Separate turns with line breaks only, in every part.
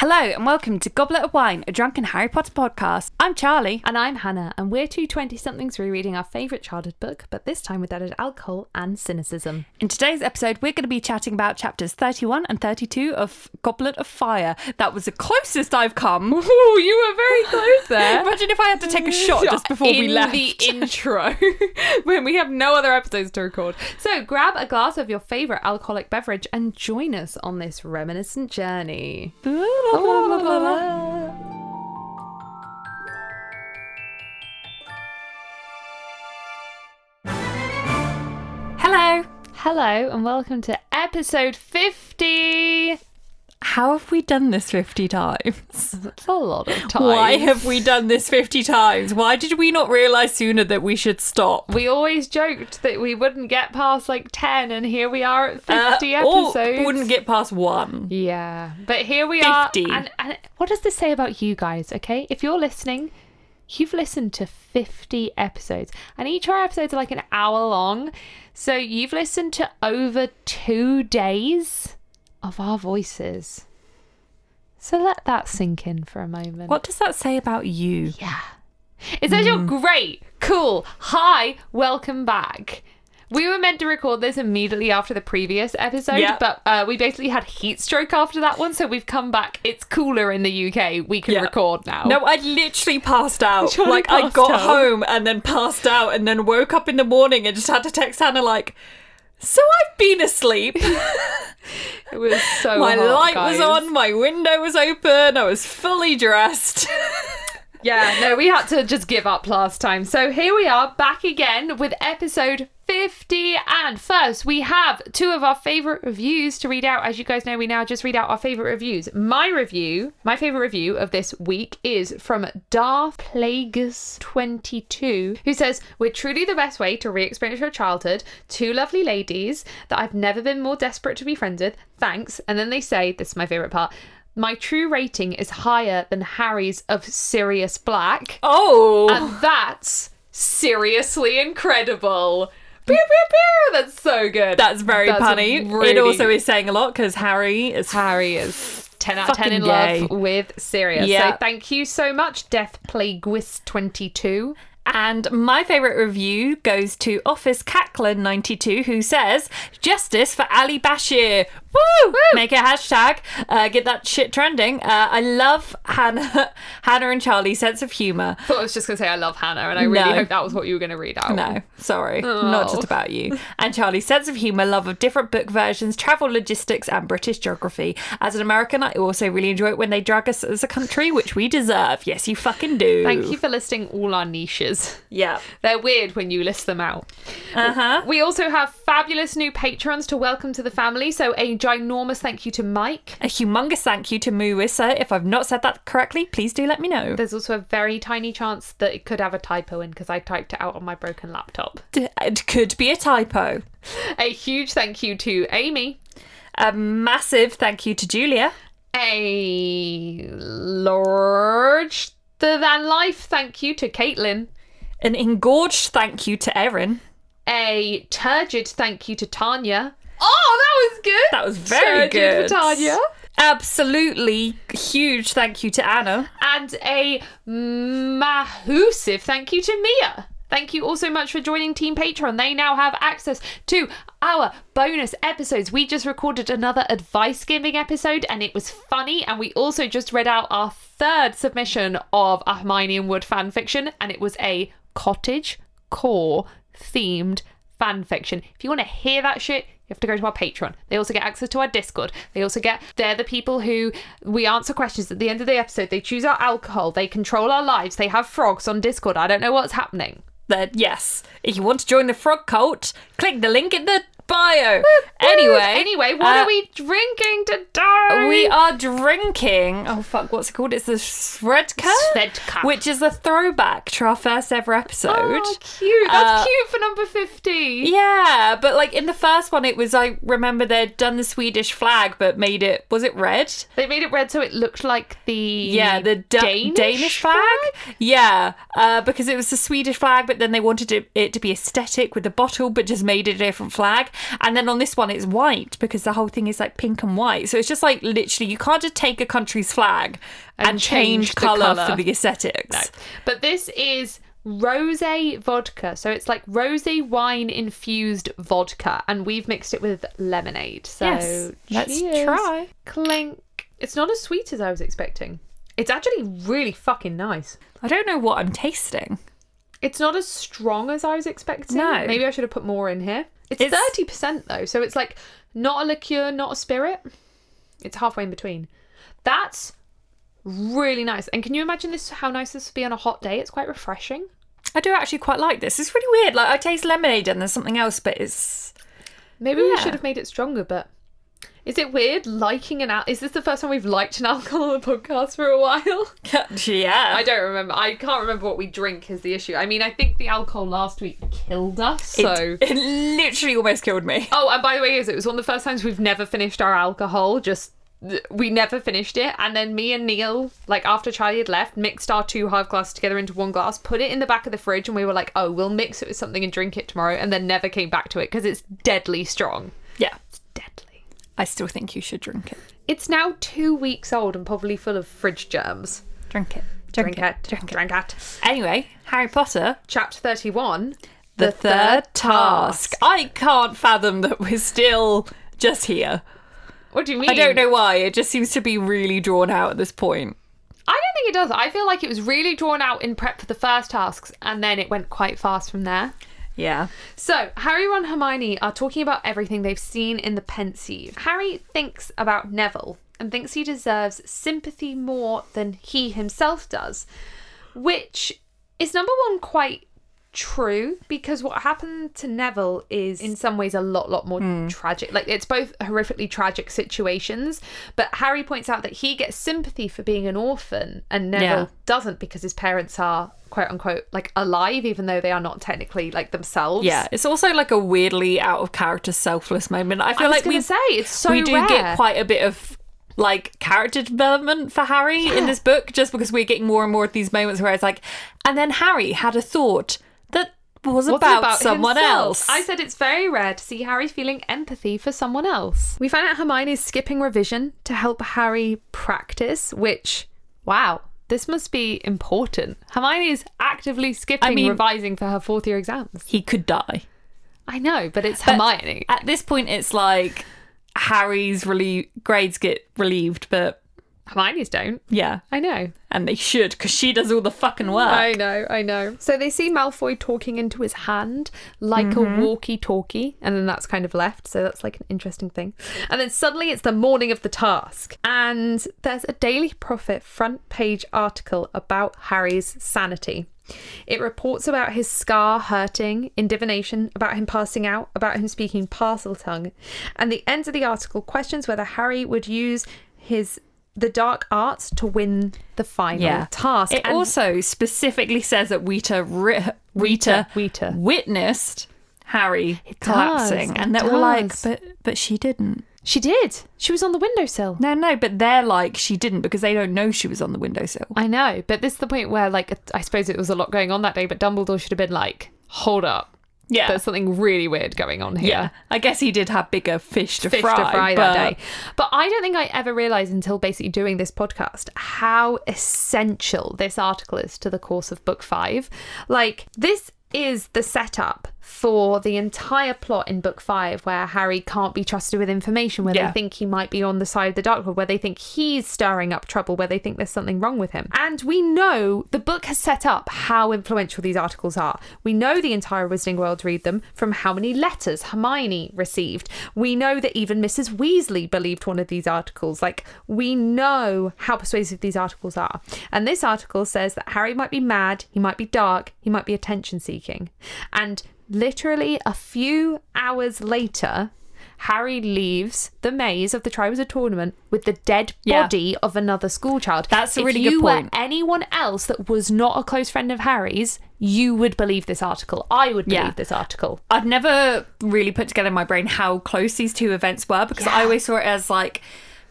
Hello and welcome to Goblet of Wine, a drunken Harry Potter podcast. I'm Charlie.
And I'm Hannah, and we're two 20 somethings rereading our favourite childhood book, but this time with added alcohol and cynicism.
In today's episode, we're going to be chatting about chapters 31 and 32 of Goblet of Fire. That was the closest I've come.
Oh, you were very close there.
Imagine if I had to take a shot just before we
In
left.
the intro, when we have no other episodes to record. So grab a glass of your favourite alcoholic beverage and join us on this reminiscent journey.
Hello.
Hello, and welcome to episode 50.
How have we done this 50 times?
That's a lot of time.
Why have we done this 50 times? Why did we not realize sooner that we should stop?
We always joked that we wouldn't get past like 10, and here we are at 50
Uh,
episodes.
Or wouldn't get past one.
Yeah, but here we are.
50.
And, and what does this say about you guys? Okay, if you're listening, you've listened to 50 episodes, and each of our episodes are like an hour long. So you've listened to over two days of our voices. So let that sink in for a moment.
What does that say about you?
Yeah. It says you're
Mm.
great, cool, hi, welcome back. We were meant to record this immediately after the previous episode,
Yeah.
but uh, we basically had heat stroke after that one, so we've come back. It's cooler in the UK. We can
Yeah.
record now.
No, I literally passed out.
Charlie
like I
passed
got
out.
home and then passed out and then woke up in the morning and just had to text Hannah like, so I've been asleep.
it was so
my
hot,
light was
Oh, guys.
on, my window was open, I was fully dressed.
Yeah, no, we had to just give up last time. So here we are back again with episode 50. And first, we have two of our favorite reviews to read out. As you guys know, we now just read out our favorite reviews. My review, my favorite review of this week is from Darth Plagueis22, who says, We're truly the best way to re experience your childhood. Two lovely ladies that I've never been more desperate to be friends with. Thanks. And then they say, This is my favorite part. My true rating is higher than Harry's of Sirius Black.
oh.
And that's seriously incredible. Pew, pew, pew. That's so good.
that's very
That's a
punny. It
really-
also is saying a lot because Harry is.
Harry is 10 out of 10 in
Fucking
love
gay.
with Sirius.
Yeah.
So thank you so much, Death Plagueis 22.
And my favourite review goes to Office Cacklin92, who says, Justice for Ali Bashir. Woo! Make a hashtag. Uh, get that shit trending. Uh, I love Hannah, Hannah and Charlie's sense of humour.
thought I was just going to say I love Hannah, and I really
No.
hope that was what you were going to read out.
No, sorry. Not just about you. And Charlie's sense of humour, love of different book versions, travel logistics, and British geography. As an American, I also really enjoy it when they drag us as a country, which we deserve. Yes, you fucking do.
Thank you for listing all our niches.
Yeah.
They're weird when you list them out.
Uh huh.
We also have fabulous new patrons to welcome to the family. So a ginormous thank you to Mike.
A humongous thank you to Muissa. If I've not said that correctly, please do let me know.
There's also a very tiny chance that it could have a typo in because I typed it out on my broken laptop.
It could be a typo.
A huge thank you to Amy.
A massive thank you to Julia.
A large than life thank you to Caitlin.
An engorged thank you to Erin.
A turgid thank you to Tanya. Oh, that was good.
That was very
turgid
good.
for Tanya.
Absolutely huge thank you to Anna.
and a massive thank you to Mia. Thank you all so much for joining Team Patreon. They now have access to our bonus episodes. We just recorded another advice giving episode and it was funny. And we also just read out our third submission of a Hermione and Wood fan fiction, and it was a cottage core themed fan fiction. If you want to hear that shit, you have to go to our Patreon. They also get access to our Discord. They also get they're the people who we answer questions at the end of the episode. They choose our alcohol. They control our lives. They have frogs on Discord. I don't know what's happening.
That yes, if you want to join the frog cult, click the link in the bio. anyway,
anyway, what
uh,
are we drinking today?
We are drinking. Oh fuck, what's it called? It's the Svedka,
Svedka.
which is a throwback to our first ever episode.
oh, cute. That's
Uh,
cute for number fifty.
Yeah, but like in the first one, it was I remember they'd done the Swedish flag, but made it was it red?
They made it red so it looked like the
Yeah, the da-
Danish,
flag. Yeah, uh, because it was the Swedish flag, but then they wanted it, it to be aesthetic with the bottle, but just made it a different flag. And then on this one, it's white because the whole thing is like pink and white. So it's just like literally, you can't just take a country's flag and,
And
change,
change the
colour,
colour.
for the aesthetics.
But this is rose vodka. So it's like rose wine infused vodka. And we've mixed it with lemonade. So
Yes. Let's
cheers.
try.
Clink. It's not as sweet as I was expecting. It's actually really fucking nice.
I don't know what I'm tasting.
It's not as strong as I was expecting.
No.
Maybe I should have put more in here. It's
It's-
thirty percent though, so it's like not a liqueur, not a spirit. It's halfway in between. That's really nice. And can you imagine this? How nice this would be on a hot day? It's quite refreshing.
I do actually quite like this. It's really weird. Like I taste lemonade and there's something else, but it's
Maybe we
Yeah.
should have made it stronger, but is it weird liking an al- is this the first time we've liked an alcohol on the podcast for a while?
yeah.
I don't remember. I can't remember what we drink is the issue. I mean, I think the alcohol last week killed us. So
it, it literally almost killed me.
Oh, and by the way, is it was one of the first times we've never finished our alcohol. Just we never finished it, and then me and Neil, like after Charlie had left, mixed our two half glasses together into one glass, put it in the back of the fridge, and we were like, "Oh, we'll mix it with something and drink it tomorrow," and then never came back to it because it's deadly strong.
Yeah.
Deadly.
I still think you should drink it.
It's now two weeks old and probably full of fridge germs.
Drink it.
Drink it. Drink it. Drink it.
Anyway, Harry Potter,
Chapter thirty-one.
the, third task. I can't fathom that we're still just here.
What do you mean?
I don't know why. It just seems to be really drawn out at this point.
I don't think it does. I feel like it was really drawn out in prep for the first tasks, and then it went quite fast from there.
Yeah.
So, Harry, Ron, and Hermione are talking about everything they've seen in the Pensieve. Harry thinks about Neville and thinks he deserves sympathy more than he himself does, which is number one quite true because what happened to Neville is in some ways a lot lot more
Hmm.
tragic. Like it's both horrifically tragic situations, but Harry points out that he gets sympathy for being an orphan and Neville
Yeah.
doesn't because his parents are quote unquote like alive even though they are not technically like themselves.
Yeah. It's also like a weirdly out of character, selfless moment. I feel
I was
like
gonna
we
say it's so
we do
rare.
get quite a bit of like character development for Harry in this book, just because we're getting more and more of these moments where it's like, and then Harry had a thought that was
What's
about, someone
himself?
else.
I said it's very rare to see Harry feeling empathy for someone else. We find out Hermione's skipping revision to help Harry practice, which wow, this must be important. Hermione is actively skipping
mean-
revising for her fourth year exams.
he could die.
I know, but it's Hermione.
At this point, it's like Harry's relie- grades get relieved, but
Hermione's don't.
yeah,
I know.
and they should because she does all the fucking work.
I know, I know. So they see Malfoy talking into his hand like
Mm-hmm.
a walkie talkie, and then that's kind of left. So that's like an interesting thing. And then suddenly it's the morning of the task, and there's a Daily Prophet front page article about Harry's sanity. It reports about his scar hurting in divination, about him passing out, about him speaking parcel tongue. And the end of the article questions whether Harry would use his the dark arts to win the final
Yeah.
task.
It
And-
also specifically says that Weta, ri- Weta,
Weta.
witnessed Harry
does,
collapsing,
it
and they're all like,
does.
but but she didn't.
She did. She was on the windowsill.
No, no, but they're like she didn't because they don't know she was on the windowsill.
I know, but this is the point where, like, I suppose it was a lot going on that day, but Dumbledore should have been like, hold up.
Yeah,
There's something really weird going on here.
yeah. I guess he did have bigger fish to
Fish
fry,
to fry
but
that day. But I don't think I ever realised until basically doing this podcast how essential this article is to the course of book five. Like, this is the setup for the entire plot in book five where Harry can't be trusted with information, where
Yeah.
they think he might be on the side of the dark lord, where they think he's stirring up trouble, where they think there's something wrong with him. And we know the book has set up how influential these articles are. We know the entire Wizarding World read them from how many letters Hermione received. We know that even Mrs. Weasley believed one of these articles. Like, we know how persuasive these articles are. And this article says that Harry might be mad, he might be dark, he might be attention seeking. And literally a few hours later, Harry leaves the maze of the Triwizard Tournament with the dead
Yeah.
body of another school child.
That's a really good
If you
point.
were anyone else that was not a close friend of Harry's, you would believe this article. I would believe
Yeah.
this article.
I've never really put together in my brain how close these two events were because I always saw it as like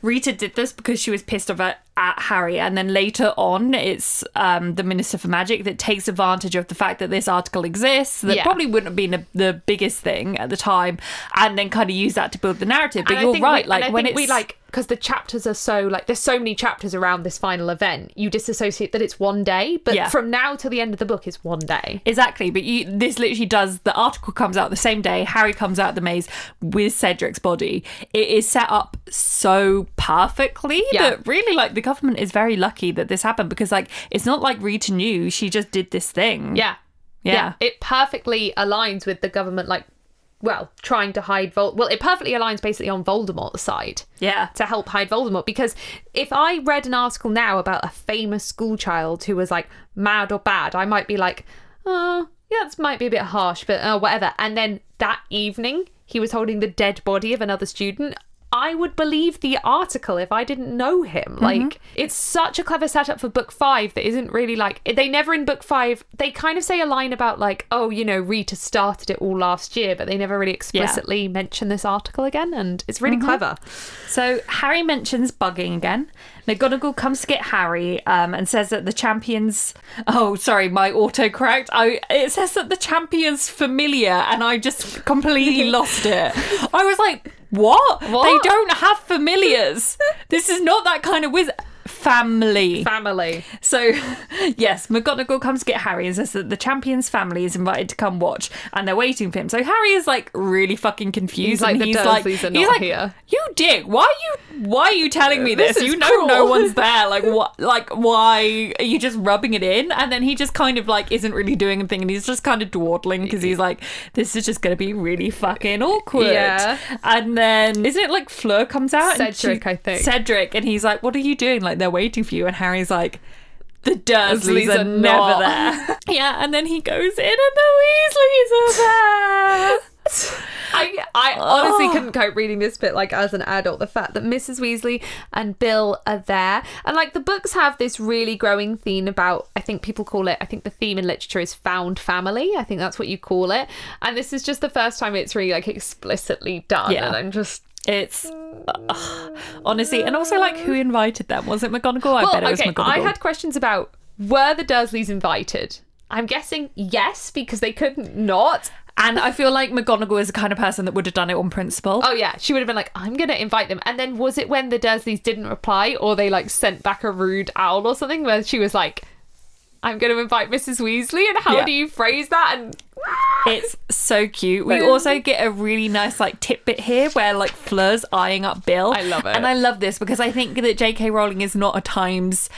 Rita did this because she was pissed off at, at Harry, and then later on, it's um, the Minister for Magic that takes advantage of the fact that this article exists. That
Yeah.
probably wouldn't have been a, the biggest thing at the time, and then kind of use that to build the narrative. But
And I
you're
think we-
right,
and
like
I
when
think
it's
we like because the chapters are so like there's so many chapters around this final event, you disassociate that it's one day, but
Yeah.
from now till the end of the book, it's one day.
Exactly, but you, this literally does. The article comes out the same day. Harry comes out the maze with Cedric's body. It is set up so perfectly
Yeah.
that really, like, the government is very lucky that this happened because, like, it's not like Rita knew she just did this thing.
Yeah.
Yeah.
It perfectly aligns with the government, like, well, trying to hide Voldemort. Well, it perfectly aligns basically on Voldemort's side
yeah,
to help hide Voldemort. Because if I read an article now about a famous school child who was like mad or bad, I might be like, oh, yeah, this might be a bit harsh, but uh, whatever. And then that evening, he was holding the dead body of another student. I would believe the article if I didn't know him. Like, it's such a clever setup for book five that isn't really like. They never in book five, they kind of say a line about, like, oh, you know, Rita started it all last year, but they never really explicitly mention this article again. And it's really clever.
So Harry mentions bugging again. McGonagall comes to get Harry um, and says that the champions. Oh, sorry, my autocorrect. I it says that the champions familiar, and I just completely lost it. I was like, what?
What?
They don't have familiars. this is not that kind of wiz Family.
Family.
So, yes, McGonagall comes to get Harry and says that the champion's family is invited to come watch and they're waiting for him. So, Harry is like really fucking confused.
like,
and
"The
he's like,
Dursleys are
he's
not
like,
here."
You dick, why are you, why are you telling me
This
this?
is
you know
cruel."
no one's there. Like, what, like, why are you just rubbing it in? And then he just kind of like isn't really doing anything and he's just kind of dawdling because he's like, this is just going to be really fucking awkward.
Yeah.
And then, isn't it like Fleur comes out? and
Cedric,
she-
I think.
Cedric, and he's like, "What are you doing? Like they're waiting for you." And Harry's like, "The Dursleys
Dursleys
are,
are
never
not."
there." yeah, and then he goes in, and the Weasleys are there.
I, I honestly
Oh.
couldn't cope reading this bit like as an adult. The fact that Mrs. Weasley and Bill are there, and like the books have this really growing theme about. I think people call it. I think the theme in literature is found family. I think that's what you call it. And this is just the first time it's really like explicitly done.
Yeah.
And I'm just.
it's ugh, honestly, and also like, who invited them? Was it McGonagall? I
Well,
bet it was
okay.
McGonagall.
I had questions about were the Dursleys invited. I'm guessing yes because they couldn't not.
and I feel like McGonagall is the kind of person that would have done it on principle.
Oh yeah, she would have been like, "I'm gonna invite them." And then was it when the Dursleys didn't reply, or they like sent back a rude owl or something, where she was like, "I'm gonna invite Mrs. Weasley," and how
Yeah.
do you phrase that? And
It's so cute. We also get a really nice like tidbit here where like Fleur's eyeing up Bill.
I love it.
And I love this because I think that J.K. Rowling is not at times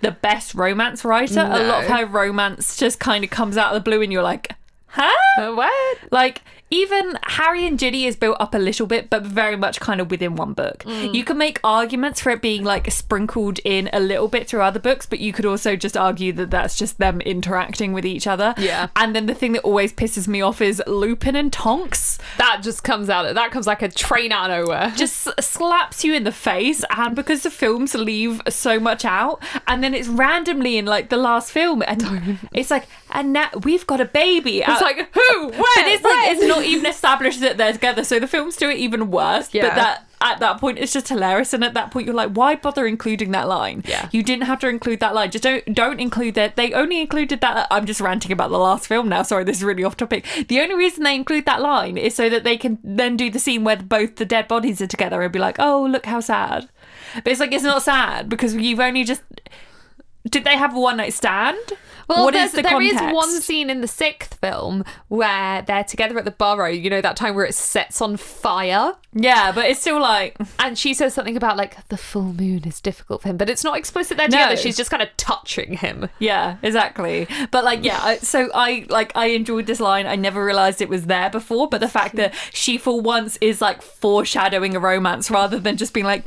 the best romance writer. A lot of
No.
her romance just kind of comes out of the blue and you're like, huh?
Uh, what?
Like even Harry and Ginny is built up a little bit, but very much kind of within one book.
Mm.
You can make arguments for it being like sprinkled in a little bit through other books, but you could also just argue that that's just them interacting with each other.
Yeah.
And then the thing that always pisses me off is Lupin and Tonks
That just comes out. That comes like a train out of nowhere.
just slaps you in the face and because the films leave so much out and then it's randomly in like the last film and it's like and now we've got a baby Uh,
It's like who? Where?
but it's like it's not even established that they're together, so the films do it even worse. But
Yeah.
that at that point it's just hilarious, and at that point you're like, why bother including that line?
Yeah.
you didn't have to include that line. Just don't don't include that. They only included that. I'm just ranting about the last film now. Sorry, this is really off topic. The only reason they include that line is so that they can then do the scene where both the dead bodies are together and be like, oh look how sad. But it's like it's not sad because you've only just. Did they have a one night stand?
Well,
what
there's-
is the
there is
context?
one scene in the sixth film where they're together at the burrow. You know that time where it sets on fire.
yeah, but it's still like
And she says something about like the full moon is difficult for him, but it's not explicit they're
No.
together. She's just kind of touching him.
Yeah, exactly. But like, yeah. I, so I like I enjoyed this line. I never realized it was there before, but the fact that she for once is like foreshadowing a romance rather than just being like,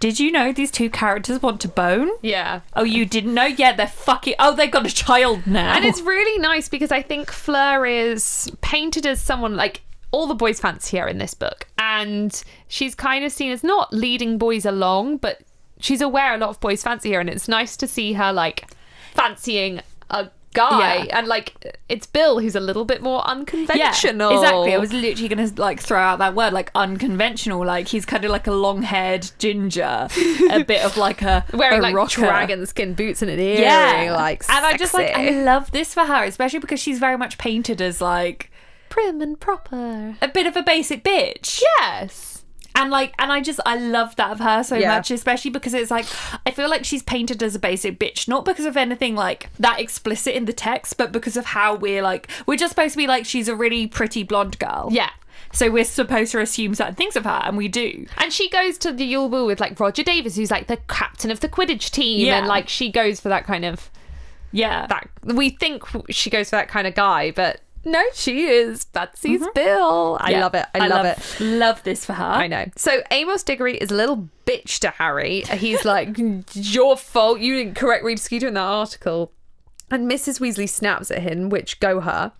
"Did you know these two characters want to bone?"
Yeah.
Oh, you didn't know? Yeah, they're fucking. Oh, they've got a child now.
And it's really nice because I think Fleur is painted as someone like all the boys fancy her in this book. And she's kind of seen as not leading boys along, but she's aware a lot of boys fancy her. And it's nice to see her like fancying a guy,
Yeah.
and like it's Bill who's a little bit more unconventional.
exactly. I was literally going to like throw out that word, like unconventional. Like he's kind of like a long-haired ginger, a bit of like a
wearing
a
like
rocker.
dragon skin boots and an earring.
Yeah,
like
and I just like I
sexy.
love this for her, especially because she's very much painted as like
prim and proper.
a bit of a basic bitch.
Yes.
and like and i just i love that of her so
Yeah.
much especially because it's like i feel like she's painted as a basic bitch not because of anything like that explicit in the text but because of how we're like we're just supposed to be like she's a really pretty blonde girl
Yeah.
so we're supposed to assume certain things of her and we do
And she goes to the Yule Ball with like Roger Davis, who's like the captain of the Quidditch team,
Yeah.
and like she goes for that kind of
yeah
that. We think she goes for that kind of guy, but no, she is Betsy's Bill. I
Yeah.
love it. I, love it.
love this for her
I know. So Amos Diggory is a little bitch to Harry. He's like, your fault. You didn't correct Reed Skeeter in that article. And Mrs. Weasley snaps at him, which go her.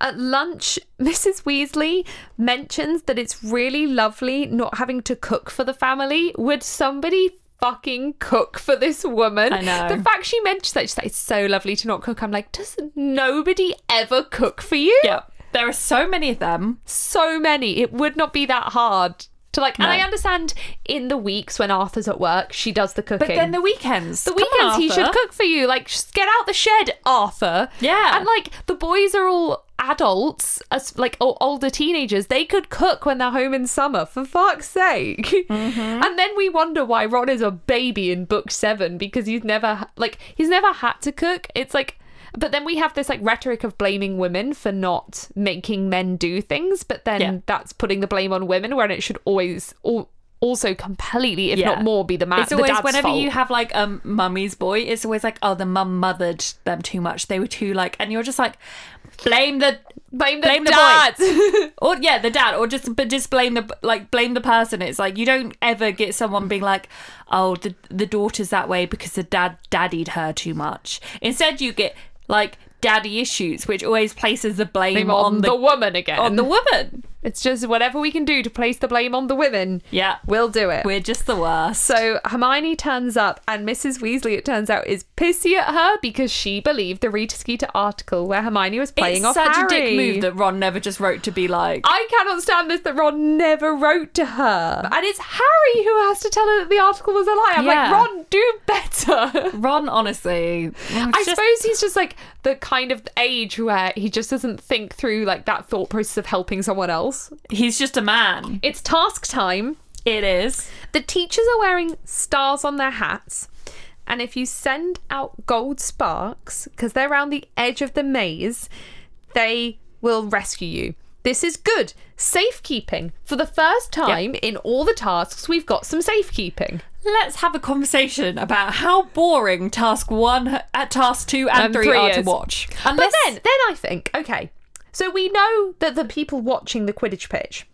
At lunch, Mrs. Weasley mentions that it's really lovely not having to cook for the family. Would somebody fucking cook for this woman?
I know.
The fact she mentions that, she's like, it's so lovely to not cook. I'm like, does nobody ever cook for you?
yeah there are so many of them
so many. It would not be that hard to like. And
No.
I understand in the weeks when Arthur's at work, she does the cooking.
but then the weekends
the weekends he should cook for you. Like, just get out the shed, Arthur.
Yeah.
And like the boys are all adults, as like or older teenagers. They could cook when they're home in summer. For fuck's sake.
Mm-hmm.
And then we wonder why Ron is a baby in book seven because he's never like he's never had to cook. It's like. But then we have this like rhetoric of blaming women for not making men do things, but then
Yeah.
that's putting the blame on women when it should always al- also completely, if
Yeah.
not more, be Uh, the man.
it's always
the dad's
whenever
fault.
you have like um mummy's boy it's always like oh the mum mothered them too much they were too like and you're just like blame the
blame the
Blame the
dad.
or yeah the dad or just but just blame the like blame the person it's like you don't ever get someone being like oh the the daughter's that way because the dad daddied her too much instead you get like daddy issues which always places the blame, on,
on
the,
the woman again.
on the woman
it's just whatever we can do to place the blame on the women.
yeah
We'll do it.
we're just the worst
so Hermione turns up, and Mrs. Weasley, it turns out, is pissy at her because she believed the Rita Skeeter article where Hermione was playing
it's
off
such
Harry.
a dick move that ron never just wrote to be like
I cannot stand this that Ron never wrote to her, and it's Harry who has to tell her that the article was a lie. I'm
Yeah.
like, Ron, do better.
Ron, honestly,
I suppose he's just like the kind of age where he just doesn't think through like that thought process of helping someone else.
he's just a man.
It's task time.
It is.
The teachers are wearing stars on their hats. And if you send out gold sparks, because they're around the edge of the maze, they will rescue you. This is good. Safekeeping. For the first time in all the tasks, we've got some safekeeping.
Let's have a conversation about how boring task one, uh, task two, and,
And
three,
Um, three
are to
is.
watch.
But
Unless
then, then I think, okay, so we know that the people watching the Quidditch pitch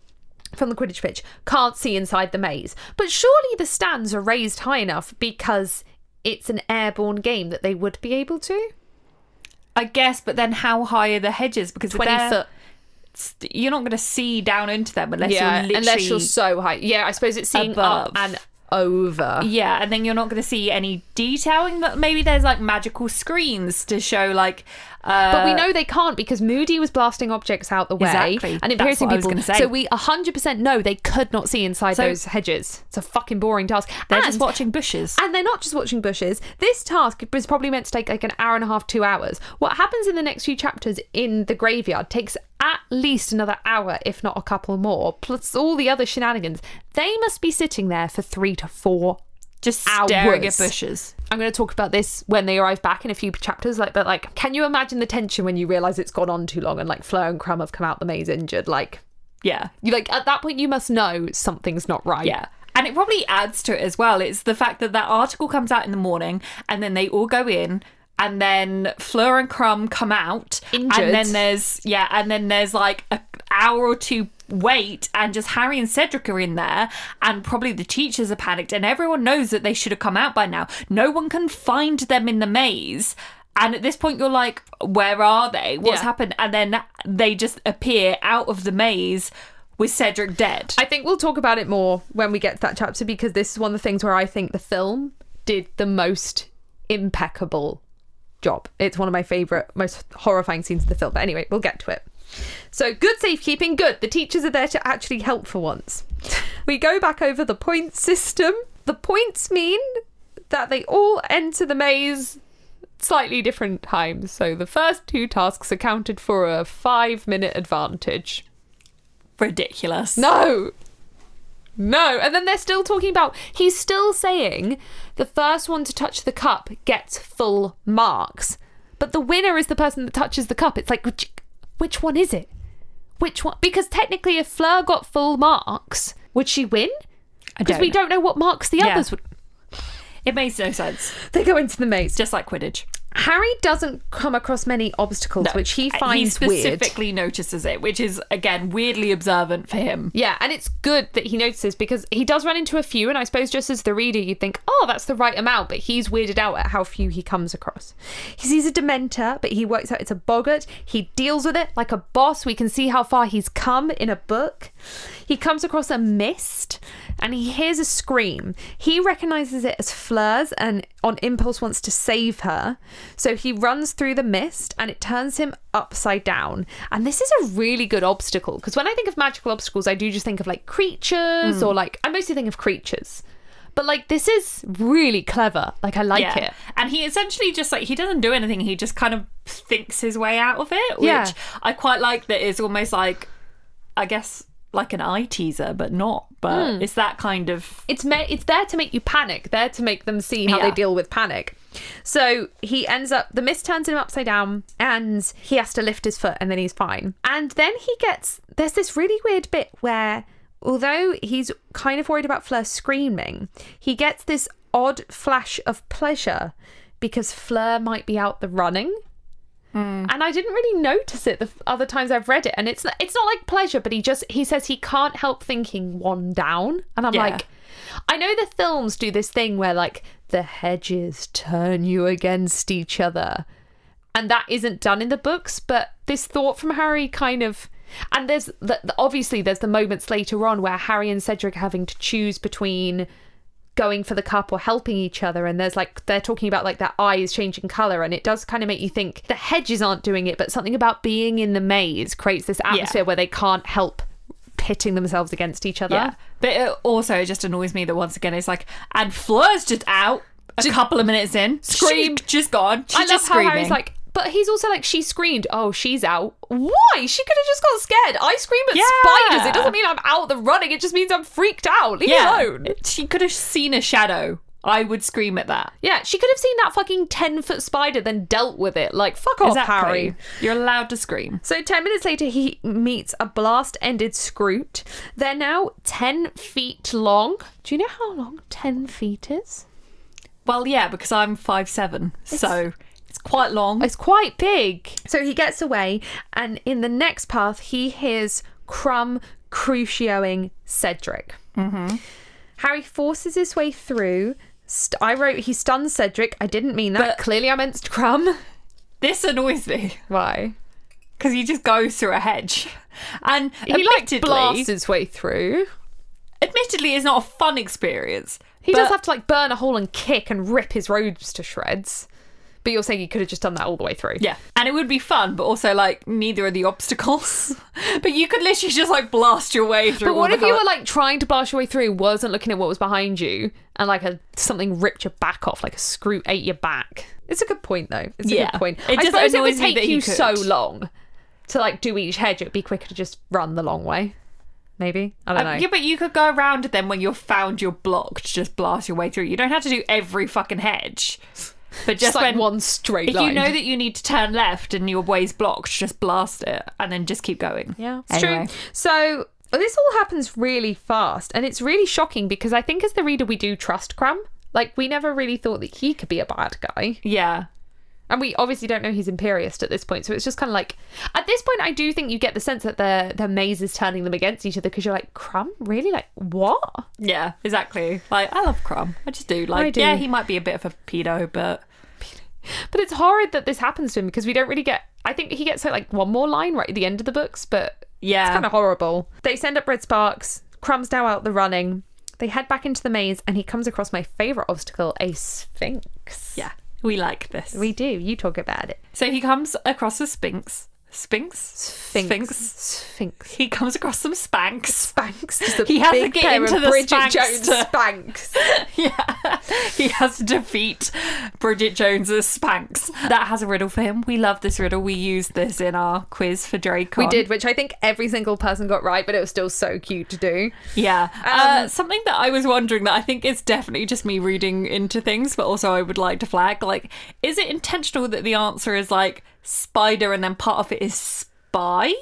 from the Quidditch pitch can't see inside the maze, but surely the stands are raised high enough because it's an airborne game that they would be able to.
I guess, but then how high are the hedges? Because if
20
they're-
foot.
you're not going to see down into them unless you're literally.
unless you're so high. Yeah, I suppose it's seeing
above.
up and over.
yeah, and then you're not going to see any detailing. But maybe there's like magical screens to show, like. Uh,
But we know they can't because Moody was blasting objects out the way
Exactly.
and
That's
embarrassing
what I was
people.
gonna say.
So we 100% know they could not see inside those hedges. It's a fucking boring task.
they're
and
just watching bushes.
And they're not just watching bushes. This task was probably meant to take like an hour and a half, two hours. What happens in the next few chapters in the graveyard takes at least another hour, if not a couple more, plus all the other shenanigans. They must be sitting there for three to four.
just staring
hours.
at bushes.
I'm going to talk about this when they arrive back in a few chapters. Like, but like, can you imagine the tension when you realize it's gone on too long and like Fleur and Crumb have come out the maze injured? Like,
Yeah.
you like at that point you must know something's not right.
Yeah. And it probably adds to it as well. It's the fact that that article comes out in the morning and then they all go in and then Fleur and Crumb come out.
Injured.
And then there's, yeah, and then there's like an hour or two wait and just Harry and Cedric are in there and probably the teachers are panicked and everyone knows that they should have come out by now. No one can find them in the maze. And at this point, you're like, where are they? What's
Yeah.
happened? And then they just appear out of the maze with Cedric dead.
I think we'll talk about it more when we get to that chapter because this is one of the things where I think the film did the most impeccable job. It's one of my favorite, most horrifying scenes of the film. But anyway, we'll get to it. So good safekeeping, good. The teachers are there to actually help for once. We go back over the point system. The points mean that they all enter the maze slightly different times. So the first two tasks accounted for a five minute advantage.
Ridiculous.
No. No. And then they're still talking about, he's still saying the first one to touch the cup gets full marks. But the winner is the person that touches the cup. It's like, which, which one is it? Which one? Because technically, if Fleur got full marks, would she win? Because
don't
we
know.
don't know what marks the
Yeah.
others would.
It makes no sense.
They go into the maze.
Just like Quidditch.
Harry doesn't come across many obstacles, which he
Uh,
finds
he
weird.
specifically notices it, which is again weirdly observant for him.
Yeah, and it's good that he notices because he does run into a few, and I suppose just as the reader, you'd think, oh, that's the right amount, but he's weirded out at how few he comes across. He sees a Dementor, but he works out it's a Boggart. He deals with it like a boss. We can see how far he's come in a book. He comes across a mist, and he hears a scream. He recognizes it as Fleur's, and on impulse wants to save her. So he runs through the mist, and it turns him upside down. And this is a really good obstacle because when I think of magical obstacles, I do just think of like creatures or like I mostly think of creatures. But like this is really clever. Like I like it.
And he essentially just like he doesn't do anything. He just kind of thinks his way out of it, which
Yeah.
I quite like. That is almost like, I guess, like an eye teaser, but not.
Hmm.
But it's that kind of
It's me- it's there to make you panic. There to make them see how
Yeah.
they deal with panic. So he ends up the mist turns him upside down, and he has to lift his foot, and then he's fine. And then he gets there's this really weird bit where although he's kind of worried about Fleur screaming, he gets this odd flash of pleasure because Fleur might be out the running.
Hmm.
And I didn't really notice it the f- other times I've read it, and it's not, it's not like pleasure, but he just he says he can't help thinking one down, and I'm
Yeah.
like, I know the films do this thing where like the hedges turn you against each other, and that isn't done in the books but this thought from harry kind of and there's the, the- obviously there's the moments later on where harry and cedric are having to choose between going for the cup or helping each other and there's like they're talking about like their eyes changing color and it does kind of make you think the hedges aren't doing it but something about being in the maze creates this atmosphere where they can't help pitting themselves against each other
yeah. uh, But it also just annoys me that once again it's like and Fleur's just out a couple of minutes in, scream,
Scream.
just gone. She's
I love
just
how
screaming.
Harry's like, but he's also like, she screamed. Oh, she's out. Why? She could have just got scared. I scream at
Yeah.
spiders. It doesn't mean I'm out the running. It just means I'm freaked out. Leave me
yeah,
alone.
she could have seen a shadow. I would scream at that.
Yeah, she could have seen that fucking ten foot spider, then dealt with it. Like, fuck off, Harry.
You're allowed to scream.
So ten minutes later, he meets a blast ended Scroot. They're now ten feet long. Do you know how long ten feet is?
Well, yeah, because I'm five seven, so it's quite long.
It's quite big. So he gets away, and in the next path, he hears Crumb crucioing Cedric. Mm-hmm. Harry forces his way through. St- I wrote he stuns Cedric. I didn't mean
But-
that. clearly, I meant Crumb.
This annoys me
Why?
because he just goes through a hedge, and
He like
admittedly,
blasts his way through.
admittedly, it's not a fun experience.
He does
but-
have to like burn a hole and kick and rip his robes to shreds. But you're saying he could have just done that all the way through.
Yeah, and it would be fun, but also like neither are the obstacles. but you could literally just like blast your way through.
But
all
what
the
if you
colour-
were like trying to blast your way through, wasn't looking at what was behind you, and like a something ripped your back off, like a screw ate your back? It's a good point though. It's a
Yeah.
good point.
It
I
just
suppose it would
annoys me
take
that he
you so
could.
long to like do each hedge. It'd be quicker to just run the long way. Maybe I don't know.
Yeah, but you could go around then when you're found you're blocked, just blast your way through. You don't have to do every fucking hedge. But just,
just like
when
one straight
if
line.
you know that you need to turn left and your way's blocked, just blast it and then just keep going.
Yeah, it's
Anyway.
true. So this all happens really fast, and it's really shocking because I think as the reader we do trust Cram. Like we never really thought that he could be a bad guy.
Yeah.
And we obviously don't know he's imperious at this point, so it's just kind of like at this point, I do think you get the sense that the the maze is turning them against each other because you're like, Crumb, really? Like what?
Yeah, exactly. Like I love Crumb. I just do. Like
do.
yeah, he might be a bit of a pedo, but
But it's horrid that this happens to him because we don't really get. I think he gets like one more line right at the end of the books, but
yeah.
It's kind of horrible. They send up red sparks. Crumb's now out the running. They head back into the maze, and he comes across my favourite obstacle, a sphinx.
yeah. We like this.
We do. You talk about it.
so he comes across a Sphinx. Sphinx? Sphinx.
Sphinx.
He comes across some Spanx.
Spanx. Just a
He has to
big
get
pair
into
of
the
Bridget
Spanx
Jones
to-
Spanx.
yeah. He has to defeat Bridget Jones's Spanx. That has a riddle for him. We love this riddle. We used this in our quiz for Draco.
We did, which I think every single person got right, but it was still so cute to do.
Yeah. uh,
Um,
something that I was wondering that I think is definitely just me reading into things, but also I would like to flag like, is it intentional that the answer is like spider and then part of it is spy?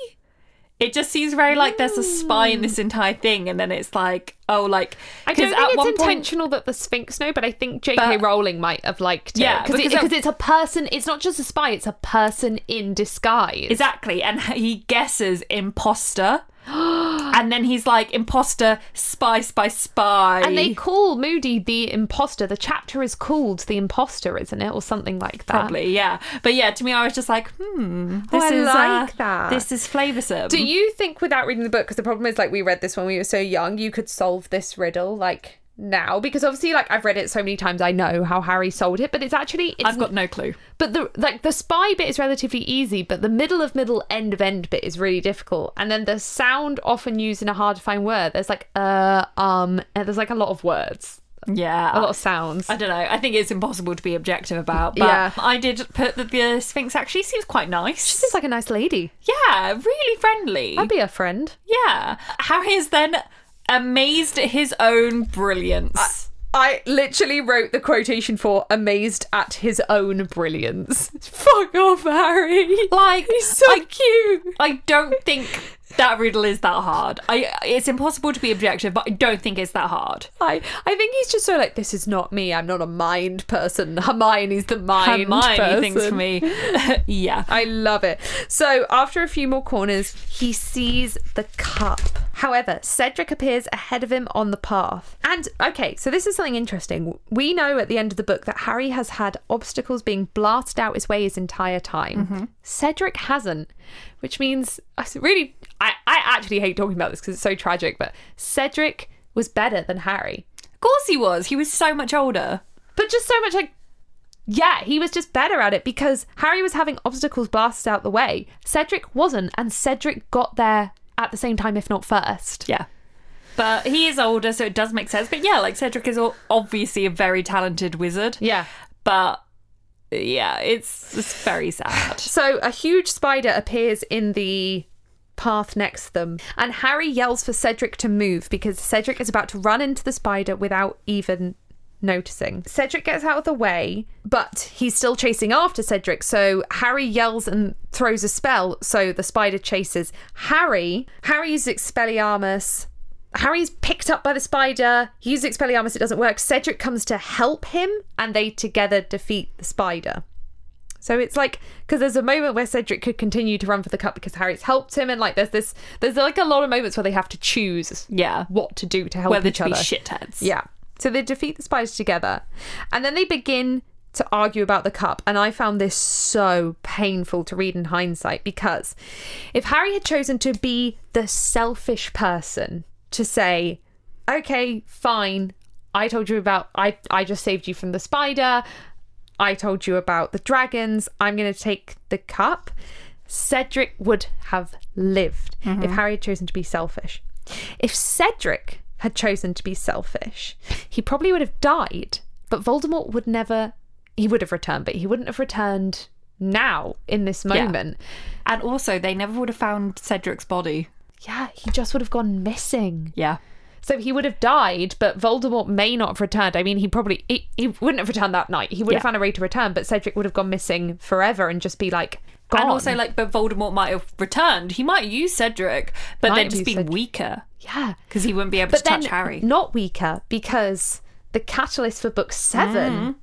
It just seems very like there's a spy in this entire thing, and then it's like, oh, like,
Mm. I don't
'cause
think it's
point-
intentional that the Sphinx know, but I think J.K.
But-
Rowling might have liked it.
Yeah,
because
because it-
it's a person. It's not just a spy; it's a person in disguise.
Exactly. And he guesses imposter. and then he's like, imposter, spy, spy, spy.
and they call Moody the imposter. The chapter is called "The Imposter," isn't it, or something like that?
Probably, yeah. But yeah, to me, I was just like, hmm. This
Oh, I
is,
like that.
This is flavoursome.
Do you think, without reading the book, because the problem is like we read this when we were so young, you could solve this riddle like now? Because obviously, like I've read it so many times, I know how Harry solved it, but it's actually it's
I've got no clue.
But the like the spy bit is relatively easy, but the middle of middle end of end bit is really difficult. And then the sound often used in a hard to find word. There's like uh um and there's like a lot of words,
Yeah.
a lot of sounds.
I don't know. I think it's impossible to be objective about. But
Yeah.
I did put that the Sphinx actually seems quite nice.
Seems like a nice lady.
Yeah, really friendly.
I'd be a friend.
Yeah. Harry is then amazed at his own brilliance.
I literally wrote the quotation for amazed at his own brilliance. Fuck off, Harry.
like, I
cute.
I don't think that riddle is that hard. I it's impossible to be objective, but I don't think it's that hard.
I, I think he's just so like, this is not me. I'm not a mind person. Hermione's the mind
Hermione
person.
thinks for me. yeah.
I love it. So, after a few more corners, he sees the cup. However, Cedric appears ahead of him on the path. And okay, so this is something interesting. We know at the end of the book that Harry has had obstacles being blasted out his way his entire time. Cedric hasn't, which means I s- really, I, I actually hate talking about this because it's so tragic, but Cedric was better than Harry.
Of course he was. He was so much older.
But just so much like yeah, he was just better at it because Harry was having obstacles blasted out the way. Cedric wasn't, and Cedric got there at the same time, if not first.
Yeah. But he is older, so it does make sense. But yeah, like Cedric is o- obviously a very talented wizard.
Yeah.
But yeah, it's it's very sad.
So a huge spider appears in the path next to them, and Harry yells for Cedric to move because Cedric is about to run into the spider without even noticing. Cedric gets out of the way, but he's still chasing after Cedric. So Harry yells and throws a spell, so the spider chases Harry. Harry uses Expelliarmus. Harry's picked up by the spider. He uses Expelliarmus, it doesn't work. Cedric comes to help him, and they together defeat the spider. So it's like because there's a moment where Cedric could continue to run for the cup because Harry's helped him, and like there's this, there's like a lot of moments where they have to choose
Yeah.
what to do to help
Whether
each
to be
other.
shitheads.
Yeah. So they defeat the spiders together, and then they begin to argue about the cup. And I found this so painful to read in hindsight because if Harry had chosen to be the selfish person to say, okay, fine, I told you about, I, I just saved you from the spider, I told you about the dragons, I'm going to take the cup. Cedric would have lived if Harry had chosen to be selfish. If Cedric had chosen to be selfish, he probably would have died, but Voldemort would never, he would have returned, but he wouldn't have returned now in this
Yeah.
moment.
And also, they never would have found Cedric's body.
Yeah, he just would have gone missing.
Yeah.
So he would have died, but Voldemort may not have returned. I mean, he probably he, he wouldn't have returned that night. He would have
Yeah.
found a way to return, but Cedric would have gone missing forever and just be like gone.
And also, like, but Voldemort might have returned. He might use Cedric, but
Might
then just
use
be
Cedric.
weaker
yeah,
because he wouldn't be able
but
to
then
touch Harry.
not weaker because the catalyst for book seven, Mm.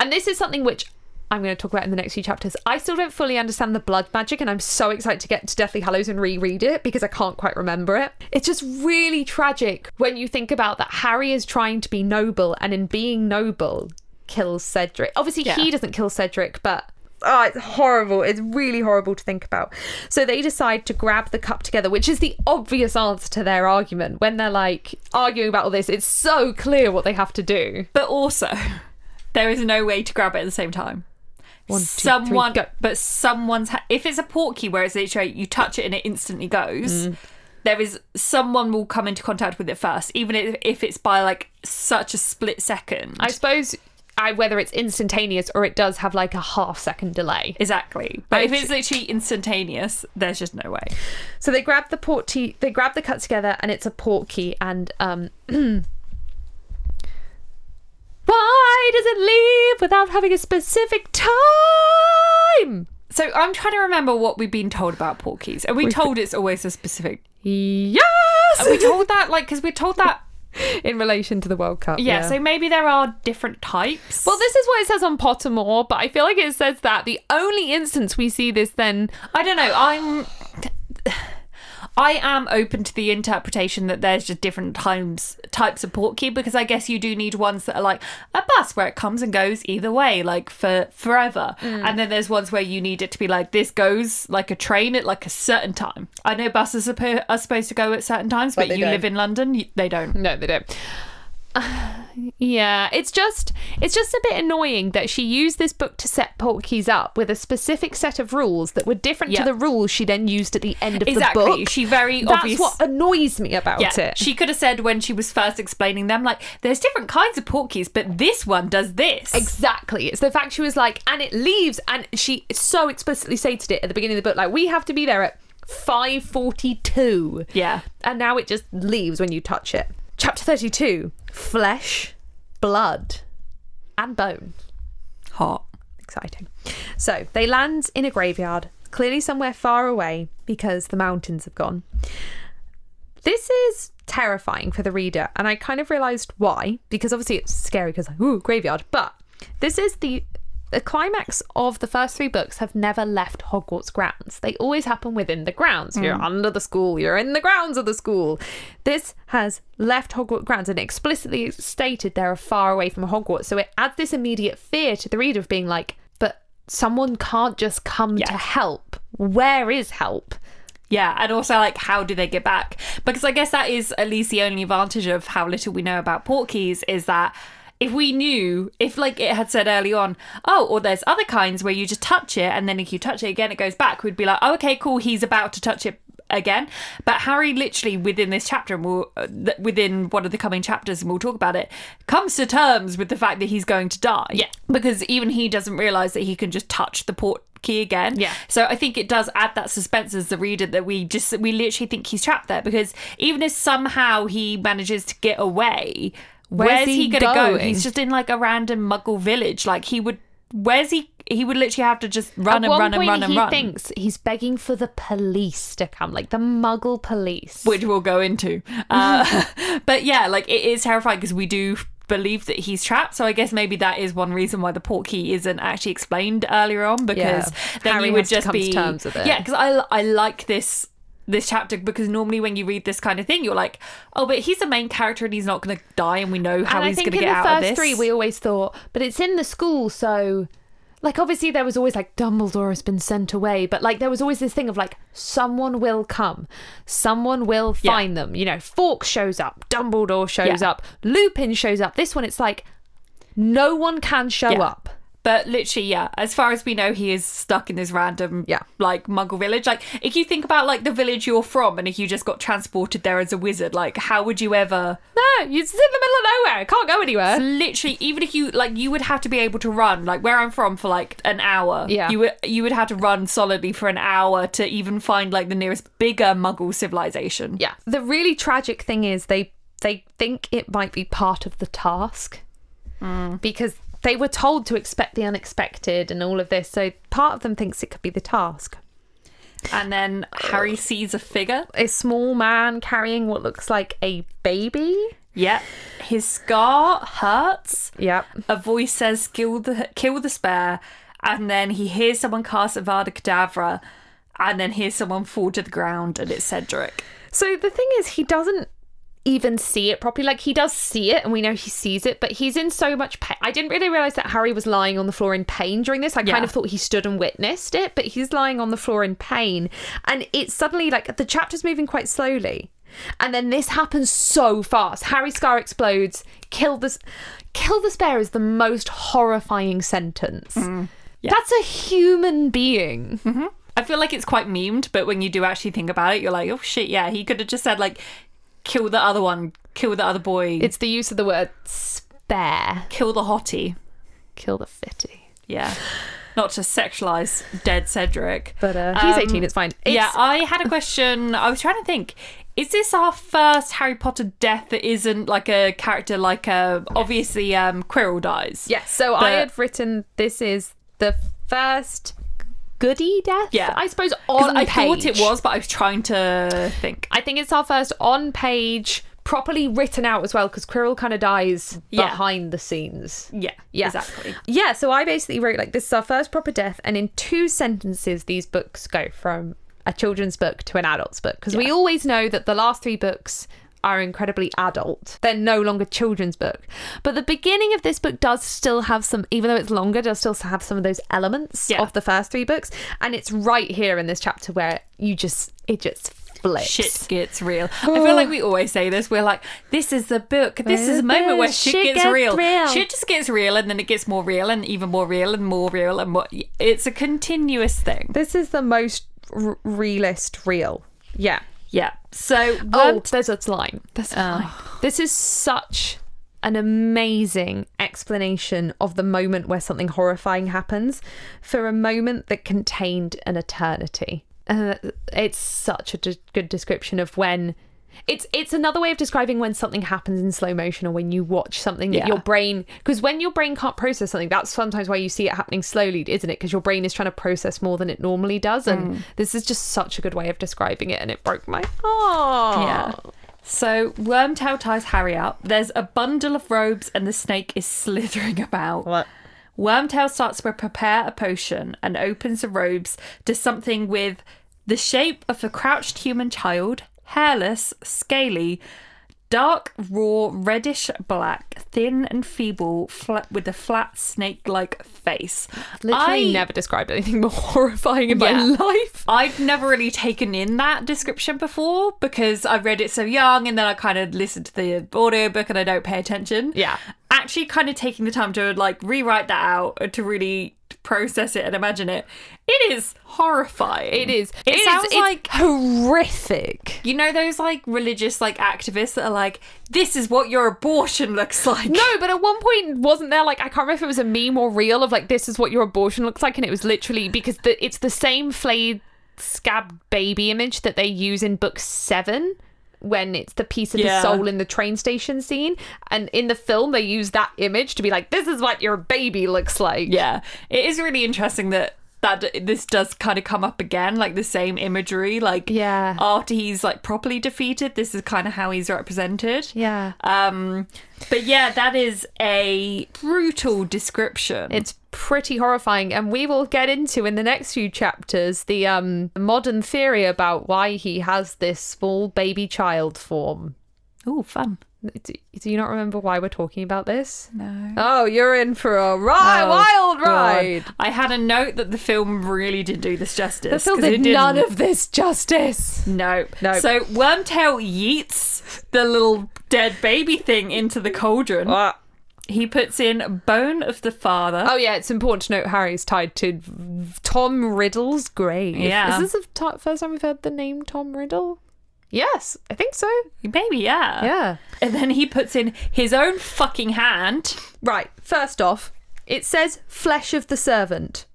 and this is something which I'm going to talk about in the next few chapters. I still don't fully understand the blood magic, and I'm so excited to get to Deathly Hallows and reread it because I can't quite remember it. It's just really tragic when you think about that Harry is trying to be noble, and in being noble, kills Cedric. Obviously,
Yeah.
he doesn't kill Cedric, but. Oh, it's horrible. It's really horrible to think about. So they decide to grab the cup together, which is the obvious answer to their argument. When they're like arguing about all this, it's so clear what they have to do.
But also, There is no way to grab it at the same time.
One, two, three,
someone,
go.
but someone's. Ha- if it's a porky, where it's literally you touch it and it instantly goes,
Mm.
there is someone will come into contact with it first, even if, if it's by like such a split second.
I suppose I, whether it's instantaneous or it does have like a half second delay.
exactly, but if
Right.
it's literally instantaneous, there's just no way.
So they grab the portkey, they grab the cut together, and it's a portkey. And um, why does it leave without having a specific time?
So I'm trying to remember what we've been told about porkies. Are we told it's always a specific? Are we
Yes,
told that like because we're told that
in relation to the World Cup.
yeah, So maybe there are different types.
well, this is what it says on Pottermore, but I feel like it says that the only instance we see this then
I don't know. I'm. I am open to the interpretation that there's just different times types of portkey because I guess you do need ones that are like a bus where it comes and goes either way, like for forever. And then there's ones where you need it to be like this goes like a train at like a certain time. I know buses are, per- are supposed to go at certain times, but,
they
you
don't.
live in London, you, they don't.
No, they don't. yeah, it's just it's just a bit annoying that she used this book to set Porky's up with a specific set of rules that were different
Yeah.
to the rules she then used at the end of
Exactly.
the book.
She very
That's
obvious-
what annoys me about
Yeah,
it.
she could have said when she was first explaining them, like there's different kinds of porkies, but this one does this.
Exactly. It's the fact she was like, and it leaves, and she so explicitly stated it at the beginning of the book, like we have to be there at five forty-two.
yeah,
and now it just leaves when you touch it. Chapter 32 Flesh, Blood, and Bone.
hot.
Exciting. So they land in a graveyard, clearly somewhere far away because the mountains have gone. This is terrifying for the reader, and I kind of realised why because obviously it's scary because, like, ooh, graveyard. But this is the. The climax of the first three books have never left Hogwarts grounds. They always happen within the grounds. You're under the school, you're in the grounds of the school. This has left Hogwarts grounds and explicitly stated they're far away from Hogwarts. So it adds this immediate fear to the reader of being like, but someone can't just come to help. Where is help?
Yeah, and also like how do they get back? Because I guess that is at least the only advantage of how little we know about porkies is that if we knew, if like it had said early on, oh, or there's other kinds where you just touch it and then if you touch it again it goes back, we'd be like, oh, okay, cool, he's about to touch it again. But Harry literally within this chapter and we'll, uh, th- within one of the coming chapters and we'll talk about it, comes to terms with the fact that he's going to die. Yeah. Because even he doesn't realize that he can just touch the port key again.
Yeah.
So I think it does add that suspense as the reader that we just we literally think he's trapped there because even if somehow he manages to get away, where's,
Where's
he,
he
gonna go?
going?
He's just in like a random muggle village. Like he would where's he he would literally have to just run and
At one
run and
point,
run and
he
run.
thinks he's begging for the police to come, like the Muggle police.
which we'll go into. Uh, but yeah, like it is terrifying because we do believe that he's trapped. So I guess maybe that is one reason why the portkey isn't actually explained earlier on because
Yeah.
then
Harry
you would
has to
just
come to
be
terms with it.
yeah. Because I I like this this chapter because normally when you read this kind of thing you're like oh but he's the main character and he's not going to die and we know how
and I
he's
think
going to
in
get
the
out
first
of this.
three, we always thought, but it's in the school, so like obviously there was always like Dumbledore has been sent away, but like there was always this thing of like someone will come, someone will
Yeah.
find them. You know, Fork shows up, Dumbledore shows
Yeah.
up, Lupin shows up. This one, it's like no one can show
Yeah.
up.
But literally, yeah, as far as we know, he is stuck in this random,
Yeah.
like muggle village. Like, if you think about like the village you're from, and if you just got transported there as a wizard, like, how would you ever?
No, you're in the middle of nowhere. Can't go anywhere.
Literally, even if you like, you would have to be able to run. Like where I'm from, for like an hour,
Yeah.
you would you would have to run solidly for an hour to even find like the nearest bigger muggle civilization.
Yeah. The really tragic thing is they they think it might be part of the task because they were told to expect the unexpected and all of this. So part of them thinks it could be the task.
And then Harry sees a figure.
A small man carrying what looks like a baby.
Yep, his scar hurts.
Yep.
a voice says kill the kill the spare and then he hears someone cast Avada Kedavra and then hears someone fall to the ground and it's Cedric.
So the thing is, he doesn't even see it properly. Like he does see it, and we know he sees it, but he's in so much pain. I didn't really realize that Harry was lying on the floor in pain during this. I
Yeah.
kind of thought he stood and witnessed it, but he's lying on the floor in pain, and it's suddenly like the chapter's moving quite slowly. And then this happens so fast. Harry Scar explodes. Kill the s- kill the spare is the most horrifying sentence. That's a human being.
I feel like it's quite memed, but when you do actually think about it, you're like, oh shit, yeah, he could have just said like, kill the other one, kill the other boy,
It's the use of the word spare.
kill the hottie.
Kill the fitty.
Yeah. Not to sexualize dead Cedric.
But uh, he's
Um,
18, it's fine. It's,
yeah, I had a question. I was trying to think. Is this our first Harry Potter death that isn't like a character like uh obviously um Quirrell dies?
Yes. So I
But-
had written this is the first goody death.
Yeah.
I suppose
'Cause
on
I
page.
thought it was, but I was trying to think.
I think it's our first on page, properly written out as well, because Quirrell kind of dies
Yeah.
behind the scenes.
Yeah,
Yeah.
exactly.
Yeah, so I basically wrote like this is our first proper death, and in two sentences, these books go from a children's book to an adult's book because we always know that the last three books are incredibly adult. They're no longer children's book. But the beginning of this book does still have some even though it's longer, does still have some of those elements
Yeah.
of the first three books. And it's right here in this chapter where you just it just flips.
Shit gets real. I feel like we always say this. We're like, this is the book. This is a moment where shit, gets real. Shit just gets real, and then it gets more real, and even more real, and more real, and more. It's a continuous thing.
This is the most r- realist real. Yeah.
Yeah. So
Oh,
um,
there's a line. There's
Oh.
a line. This is such an amazing explanation of the moment where something horrifying happens for a moment that contained an eternity. Uh, it's such a de- good description of when. It's it's another way of describing when something happens in slow motion or when you watch something that
Yeah.
your brain because when your brain can't process something that's sometimes why you see it happening slowly isn't it because your brain is trying to process more than it normally does and
Mm.
this is just such a good way of describing it and it broke my heart
Yeah. So Wormtail ties Harry up. There's a bundle of robes and the snake is slithering about.
What?
Wormtail starts to prepare a potion and opens the robes to something with the shape of a crouched human child, hairless, scaly, dark, raw, reddish black, thin and feeble, fla- with a flat snake-like face.
Literally
I-
never described anything more horrifying in
Yeah.
my life.
I'd never really taken in that description before because I read it so young and then I kind of listened to the audiobook and I don't pay attention.
Yeah.
Actually, kind of taking the time to like rewrite that out and to really process it and imagine it. It is horrifying.
It is.
It,
is-
sounds
it's
like.
horrific.
You know those like religious like activists that are like, this is what your abortion looks like.
No, but at one point wasn't there like I can't remember if it was a meme or real of like this is what your abortion looks like, and it was literally because the, it's the same flayed scab baby image that they use in book seven when it's the piece of
Yeah.
his soul in the train station scene, and in the film they use that image to be like this is what your baby looks like.
Yeah, it is really interesting that that this does kind of come up again, like the same imagery. Like
Yeah.
after he's like properly defeated, this is kind of how he's represented.
Yeah.
Um, but yeah, that is a brutal description.
It's pretty horrifying, and we will get into in the next few chapters the um, modern theory about why he has this small baby child form.
oh, fun.
Do, do you not remember why we're talking about this?
No. Oh,
Oh, you're in for a ri- wild ride.
I had a note that the film really did do this justice.
The film
'cause it
did none
didn't.
of this justice.
No.
Nope.
So Wormtail yeets the little dead baby thing into the cauldron. He puts in Bone of the Father.
Oh yeah, it's important to note Harry's tied to Tom Riddle's grave.
Yeah.
is this the t- first time we've heard the name Tom Riddle? Yes, I think so.
Maybe, yeah.
Yeah.
And then he puts in his own fucking hand.
Right, first off, it says flesh of the servant.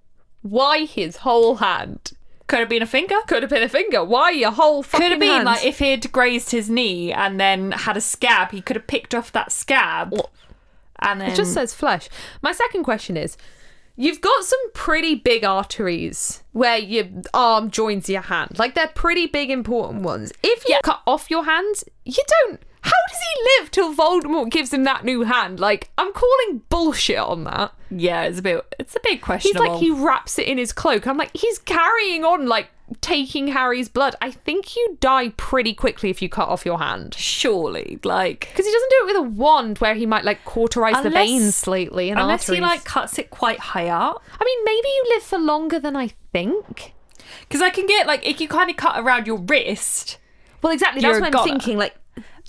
Why his whole hand?
Could have been a finger.
Could have been a finger. Why your whole fucking
Could have been
hand?
like if he'd grazed his knee and then had a scab, he could have picked off that scab. And then
it just says flesh. My second question is you've got some pretty big arteries where your arm joins your hand. Like they're pretty big important ones. If you cut off your hands, you don't how does he live till Voldemort gives him that new hand? Like, I'm calling bullshit on that.
yeah, it's a bit it's a big
He's
questionable.
like he wraps it in his cloak. I'm like, he's carrying on like taking Harry's blood. I think you die pretty quickly if you cut off your hand.
surely like
Because he doesn't do it with a wand where he might like cauterize the
Unless-
veins slightly and
unless
arteries.
he like cuts it quite high up.
I mean, maybe you live for longer than I think.
Because I can get like if you kind of cut around your wrist,
Well, exactly.
You're
That's
a
what I'm
goner.
thinking. Like,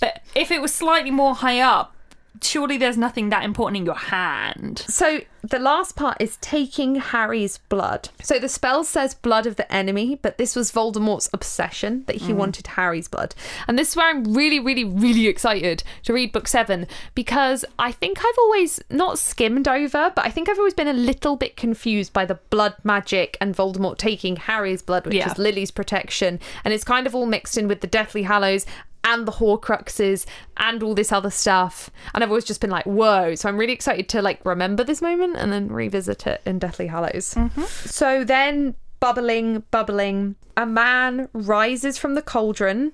But if it was slightly more high up, surely there's nothing that important in your hand.
so the last part is taking Harry's blood. So the spell says blood of the enemy, but this was Voldemort's obsession that he wanted Harry's blood.
And this is where I'm really, really, really excited to read book seven because I think I've always not skimmed over, but I think I've always been a little bit confused by the blood magic and Voldemort taking Harry's blood, which
Yeah.
is
Lily's protection, and it's kind of all mixed in with the Deathly Hallows and the Horcruxes and all this other stuff. And I've always just been like, whoa. So I'm really excited to like remember this moment and then revisit it in Deathly Hallows. So then, bubbling, bubbling, a man rises from the cauldron.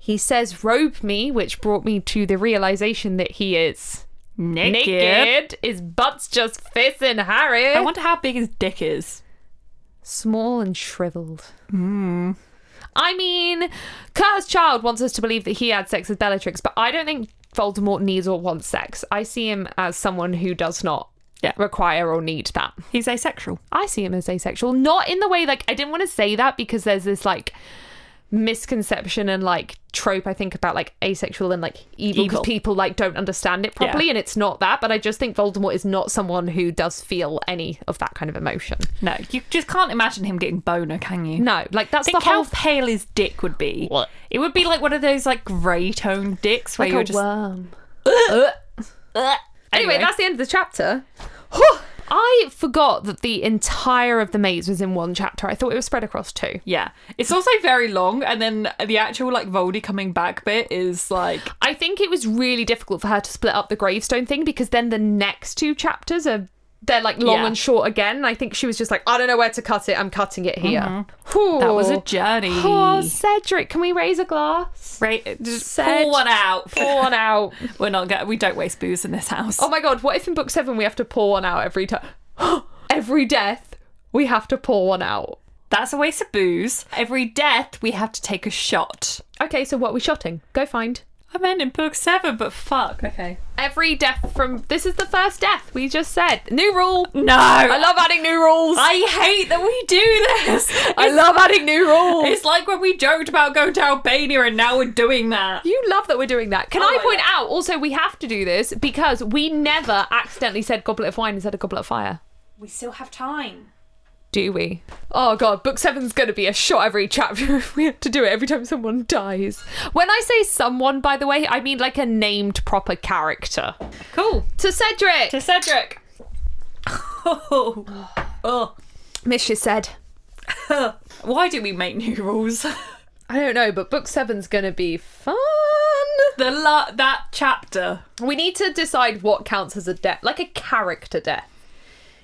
He says, robe me,
which brought me to the realization that he is
Naked.
naked. His butt's just fisting Harry.
I wonder how big his dick is.
small and shriveled.
Hmm.
I mean, Cursed Child wants us to believe that he had sex with Bellatrix, but I don't think Voldemort needs or wants sex. I see him as someone who does not
Yeah.
require or need that.
He's asexual.
I see him as asexual, not in the way like I didn't want to say that because there's this like misconception and like trope I think about like asexual and like evil because
Evil.
people like don't understand it properly
Yeah.
and it's not that but I just think Voldemort is not someone who does feel any of that kind of emotion.
No, you just can't imagine him getting boner, can you?
No, like that's
Think
the whole
how pale his dick would be.
What?
It would be like one of those like grey toned dicks where you're just
worm.
Anyway,
Anyway.
that's the end of the chapter.
I forgot that the entire of the maze was in one chapter. I thought it was spread across two.
Yeah, it's also very long, and then the actual like Voldy coming back bit is like
I think it was really difficult for her to split up the gravestone thing because then the next two chapters are they're like long
Yeah.
and short again. And I think she was just like, I don't know where to cut it. I'm cutting it here.
that was a
joke.
journey.
Oh, Cedric, can we raise a glass?
Right, just
Said-
pour one out.
Pour one out.
We're not going we don't waste booze in this house.
Oh my god, what if in book seven we have to pour one out every time? every death, we have to pour one out.
That's a waste of booze. Every death, we have to take a shot.
Okay, so what are we shotting? Go find.
I'm ending book seven, but fuck. Okay.
Every death from this is the first death we just said. New rule.
No, I
I love adding new rules.
I hate that we do this.
I love adding new rules.
It's like when we joked about going to Albania, and now we're doing that.
You love that we're doing that. Can
Oh
I
my
point
God.
out also we have to do this because we never accidentally said goblet of wine instead of goblet of fire,
We still have time.
do we? Oh god, book seven's gonna be a shot every chapter if we have to do it every time someone dies. When I say someone, by the way, I mean like a named proper character.
Cool.
To Cedric!
To Cedric. Oh, oh.
Misha said.
Why do we make new rules?
I don't know, but book seven's gonna be fun.
the la- that chapter.
We need to decide what counts as a death, like a character death.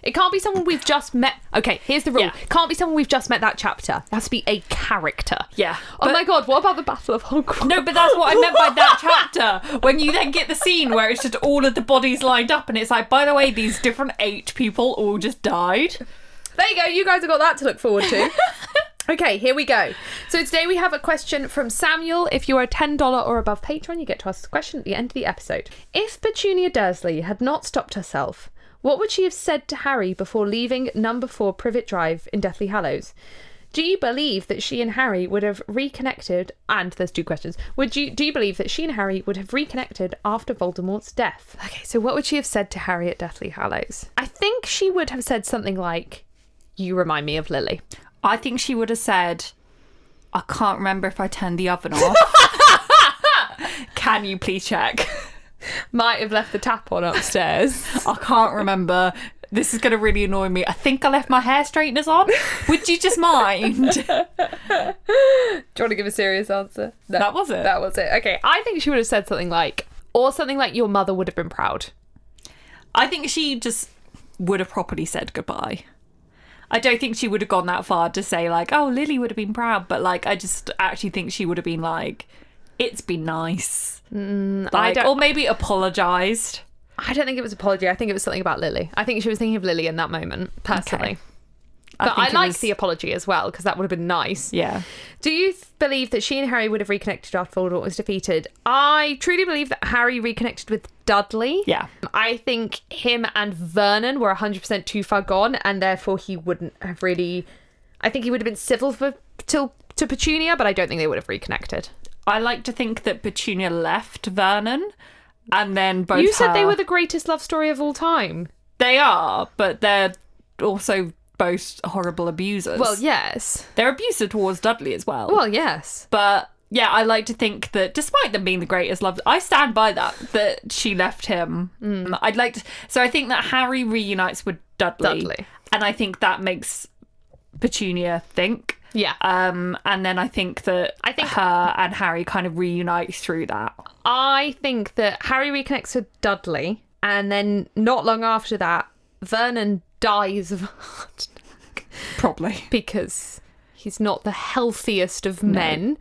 It can't be someone we've just met. Okay, here's the rule.
Yeah.
Can't be someone we've just met that chapter. It has to be a character.
Yeah.
Oh
but-
my god, what about the Battle of Hogwarts?
No, but that's what I meant by that chapter. When you then get the scene where it's just all of the bodies lined up, and it's like, by the way, these different eight people all just died.
There you go. You guys have got that to look forward to. okay, here we go.
So today we have a question from Samuel. If you are a $10 or above patron, you get to ask a question at the end of the episode. If Petunia Dursley had not stopped herself, what would she have said to Harry before leaving number 4 Privet Drive in Deathly Hallows? Do you believe that she and Harry would have reconnected and there's two questions. Would you do you believe that she and Harry would have reconnected after Voldemort's death? Okay, so what would she have said to Harry at Deathly Hallows? I think she would have said something like you remind me of Lily.
I think she would have said, I can't remember if I turned the oven off. Can you please check?
Might have left the tap on upstairs.
I can't remember. This is going to really annoy me. I think I left my hair straighteners on. Would you just mind?
Do you want to give a serious answer? No,
That was it.
That was it. Okay, I think she would have said something like, or something like, your mother would have been proud.
I think she just would have properly said goodbye. I don't think she would have gone that far to say like, "Oh, Lily would have been proud," but like, I just actually think she would have been like, "It's been nice," like,
Mm, don't-
or maybe apologized.
I don't think it was apology. I think it was something about Lily. I think she was thinking of Lily in that moment, personally.
Okay.
But I,
think it
like
was-
the apology as well because that would have been nice.
Yeah,
Do you th- believe that she and Harry would have reconnected after Voldemort was defeated? I truly believe that Harry reconnected with Dudley.
yeah.
I think him and Vernon were 100% too far gone, and therefore he wouldn't have really. I think he would have been civil for till to Petunia, but I don't think they would have reconnected.
I like to think that Petunia left Vernon, and then both.
You said they
her-
were the greatest love story of all time.
They are, but they're also both horrible abusers.
Well, yes.
they're abusive towards Dudley as well.
Well, yes.
but yeah, I like to think that despite them being the greatest love, I stand by that that she left him. Mm. I'd like to, so I think that Harry reunites with Dudley,
Dudley.
and I think that makes Petunia think.
Yeah.
Um, and then I think that
I think-
her and Harry kind of reunite through that.
I think that Harry reconnects with Dudley, and then not long after that, Vernon dies of a heart attack
Probably.
because he's not the healthiest of men.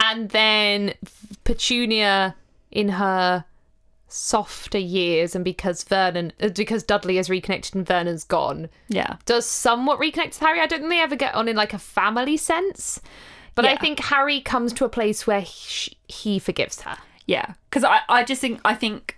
And then Petunia, in her softer years, and because Vernon, uh, because Dudley has reconnected and Vernon's gone,
Yeah.
does somewhat reconnect with Harry. I don't think they ever get on in like a family sense, but I
Yeah.
think Harry comes to a place where he, he forgives her.
Yeah, because I, I just think I think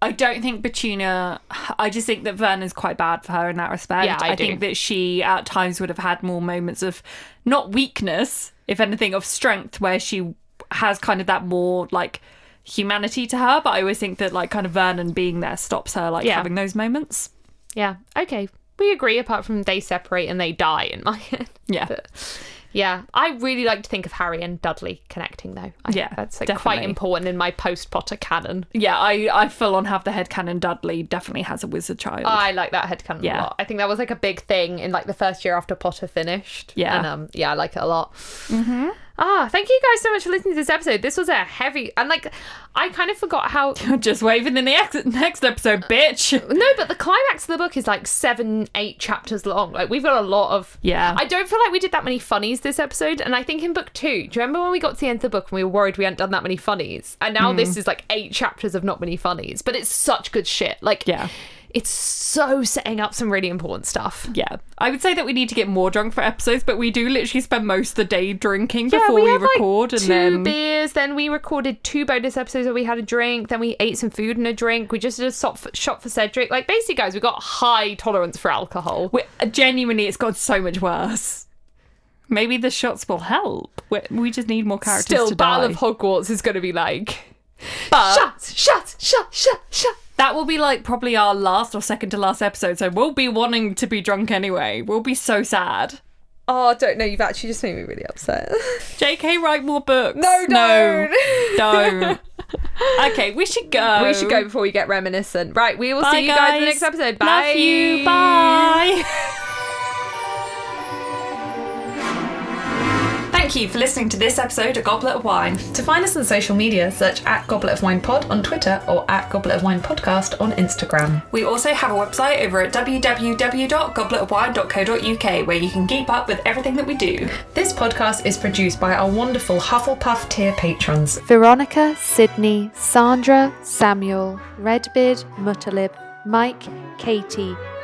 I don't think Petunia. I just think that Vernon's quite bad for her in that respect.
Yeah, I do.
think that she at times would have had more moments of not weakness, if anything, of strength, where she has kind of that more like humanity to her. But I always think that like kind of Vernon being there stops her like
Yeah.
having those moments.
Yeah. Okay. We agree, apart from they separate and they die in my head.
Yeah,
Yeah. I really like to think of Harry and Dudley connecting, though. I,
Yeah,
That's like quite
definitely.
important in my post Potter canon.
yeah. I I full on have the headcanon Dudley definitely has a wizard child.
I like that headcanon a
Yeah.
lot. I think that was like a big thing in like the first year after Potter finished.
Yeah. Mm-hmm.
And um, yeah, I like it a lot. Ah, thank you guys so much for listening to this episode. This was a heavy, and like, I kind of forgot how.
just waving in the ex- next episode, bitch.
No, but the climax of the book is like seven, eight chapters long. Like we've got a lot of.
Yeah.
I don't feel like we did that many funnies this episode, and I think in book two, do you remember when we got to the end of the book and we were worried we hadn't done that many funnies, and now this is like eight chapters of not many funnies, but it's such good shit. Like,
Yeah.
it's so setting up some really important stuff.
Yeah, I would say that we need to get more drunk for episodes, but we do literally spend most of the day drinking
Yeah,
before we,
had, like,
record, and
two
then
beers. Then we recorded two bonus episodes where we had a drink. Then we ate some food and a drink. We just did a shot for, shot for Cedric. Like basically, guys, we got high tolerance for alcohol.
we- uh, genuinely, it's got so much worse. Maybe the shots will help. We, we just need more characters
Still,
to
Battle
die.
of Hogwarts is going to be like
But
shut, shut, shut, shut, shut.
that will be like probably our last or second to last episode, so we'll be wanting to be drunk anyway. We'll be so sad.
Oh, I don't know. You've actually just made me really upset.
J.K. Write more books.
No,
no, don't. okay, we should go.
we should go before we get reminiscent. Right, we will
Bye,
see you Oh. guys. in the next episode. Bye.
Love you. Bye. Thank you for listening to this episode of Goblet of Wine.
To find us on social media, search at Goblet of Wine Pod on Twitter or at Goblet of Wine Podcast on Instagram.
We also have a website over at www.gobletofwine.co.uk where you can keep up with everything that we do.
This podcast is produced by our wonderful Hufflepuff tier patrons.
Veronica, Sydney, Sandra, Samuel, Redbeard, Muttalib, Mike, Katie,